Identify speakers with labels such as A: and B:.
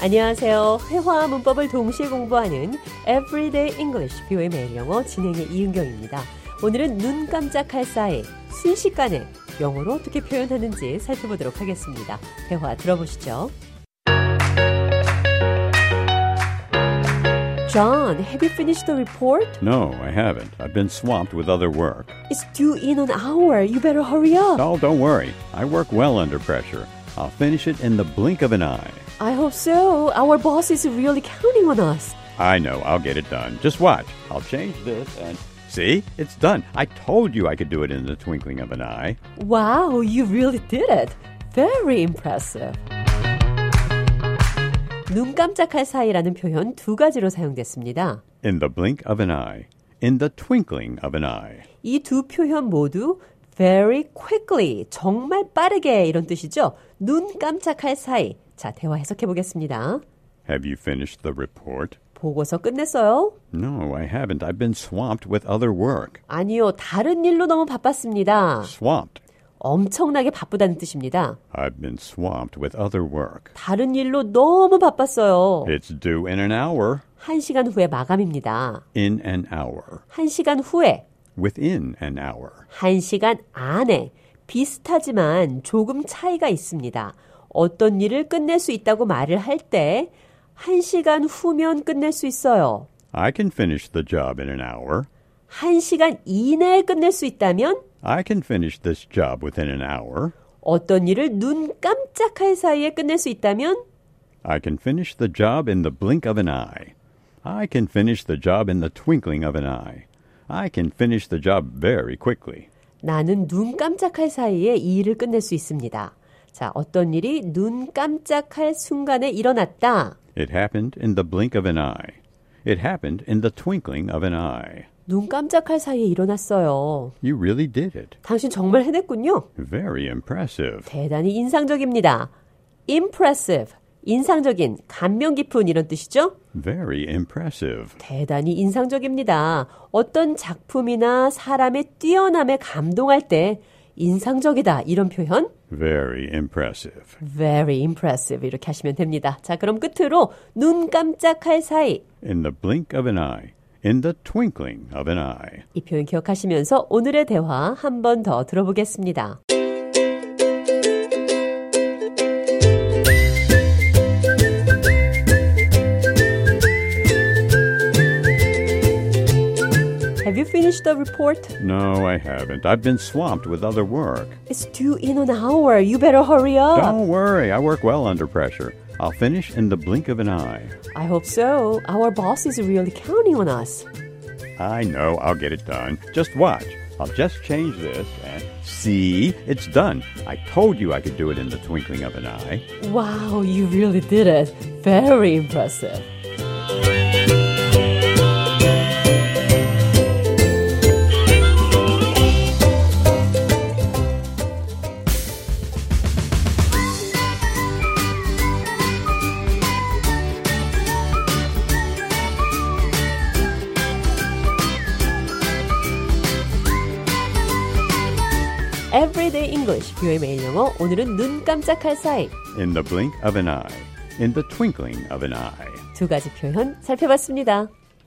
A: 안녕하세요. 회화와 문법을 동시에 공부하는 Everyday English 뷰의 매일 영어 진행의 이은경입니다. 오늘은 눈 깜짝할 사이 순식간에 영어로 어떻게 표현하는지 살펴보도록 하겠습니다. 대화 들어보시죠. John, have you finished the report?
B: No, I haven't. I've been swamped with other work.
A: It's due in an hour. You better hurry up.
B: Oh, don't worry. I work well under pressure. I'll finish it in the blink of an eye.
A: I hope so. Our boss is really counting on us.
B: I know, I'll get it done. Just watch. I'll change this and. See? It's done. I told you I could do it in the twinkling of an eye.
A: Wow, you really did it. Very impressive. 눈 깜짝할 사이라는 표현 두 가지로 사용됐습니다.
B: In the blink of an eye. In the twinkling of an eye.
A: 이 두 표현 모두 very quickly, 정말 빠르게 이런 뜻이죠. 눈 깜짝할 사이. 자, 대화 해석해 보겠습니다.
B: Have you finished the report?
A: 보고서 끝냈어요?
B: No, I haven't. I've been swamped with other work.
A: 아니요, 다른 일로 너무 바빴습니다.
B: Swamped.
A: 엄청나게 바쁘다는 뜻입니다.
B: I've been swamped with other work.
A: 다른 일로 너무 바빴어요.
B: It's due in an hour.
A: 한 시간 후에 마감입니다.
B: In an hour.
A: 한 시간 후에,
B: within an hour.
A: 한 시간 안에 비슷하지만 조금 차이가 있습니다. 어떤 일을 끝낼 수 있다고 말을 할 때 한시간 후면 끝낼 수 있어요.
B: I can finish the job in an hour.
A: 한시간 이내에 끝낼 수 있다면
B: I can finish this job within an hour.
A: 어떤 일을 눈 깜짝할 사이에 끝낼 수 있다면
B: I can finish the job in the blink of an eye. I can finish the job in the twinkling of an eye. I can finish the job very quickly.
A: 나는 눈 깜짝할 사이에 이 일을 끝낼 수 있습니다. 자, 어떤 일이 눈 깜짝할 순간에 일어났다.
B: It happened in the blink of an eye. It happened in the twinkling of an eye.
A: 눈 깜짝할 사이에 일어났어요.
B: You really did it.
A: 당신 정말 해냈군요.
B: Very impressive.
A: 대단히 인상적입니다. impressive. 인상적인, 감명 깊은 이런 뜻이죠?
B: Very impressive.
A: 대단히 인상적입니다. 어떤 작품이나 사람의 뛰어남에 감동할 때 인상적이다 이런 표현
B: Very impressive.
A: very impressive 이렇게 하시면 됩니다. 자, 그럼 끝으로 눈 깜짝할 사이
B: In the blink of an eye. In the twinkling of an eye.
A: 이 표현 기억하시면서 오늘의 대화 한 번 더 들어보겠습니다. Have you finished the report?
B: No, I haven't. I've been swamped with other work.
A: It's due in an hour. You better hurry up.
B: Don't worry, I work well under pressure. I'll finish in the blink of an eye.
A: I hope so. Our boss is really counting on us.
B: I know I'll get it done. Just watch. I'll just change this and see, it's done. I told you I could do it in the twinkling of an eye.
A: Wow, you really did it. Very impressive. Everyday English, 뷰의 매일 영어. 오늘은 눈 깜짝할 사이
B: In the blink of an eye. In the twinkling of an eye.
A: 두 가지 표현 살펴봤습니다.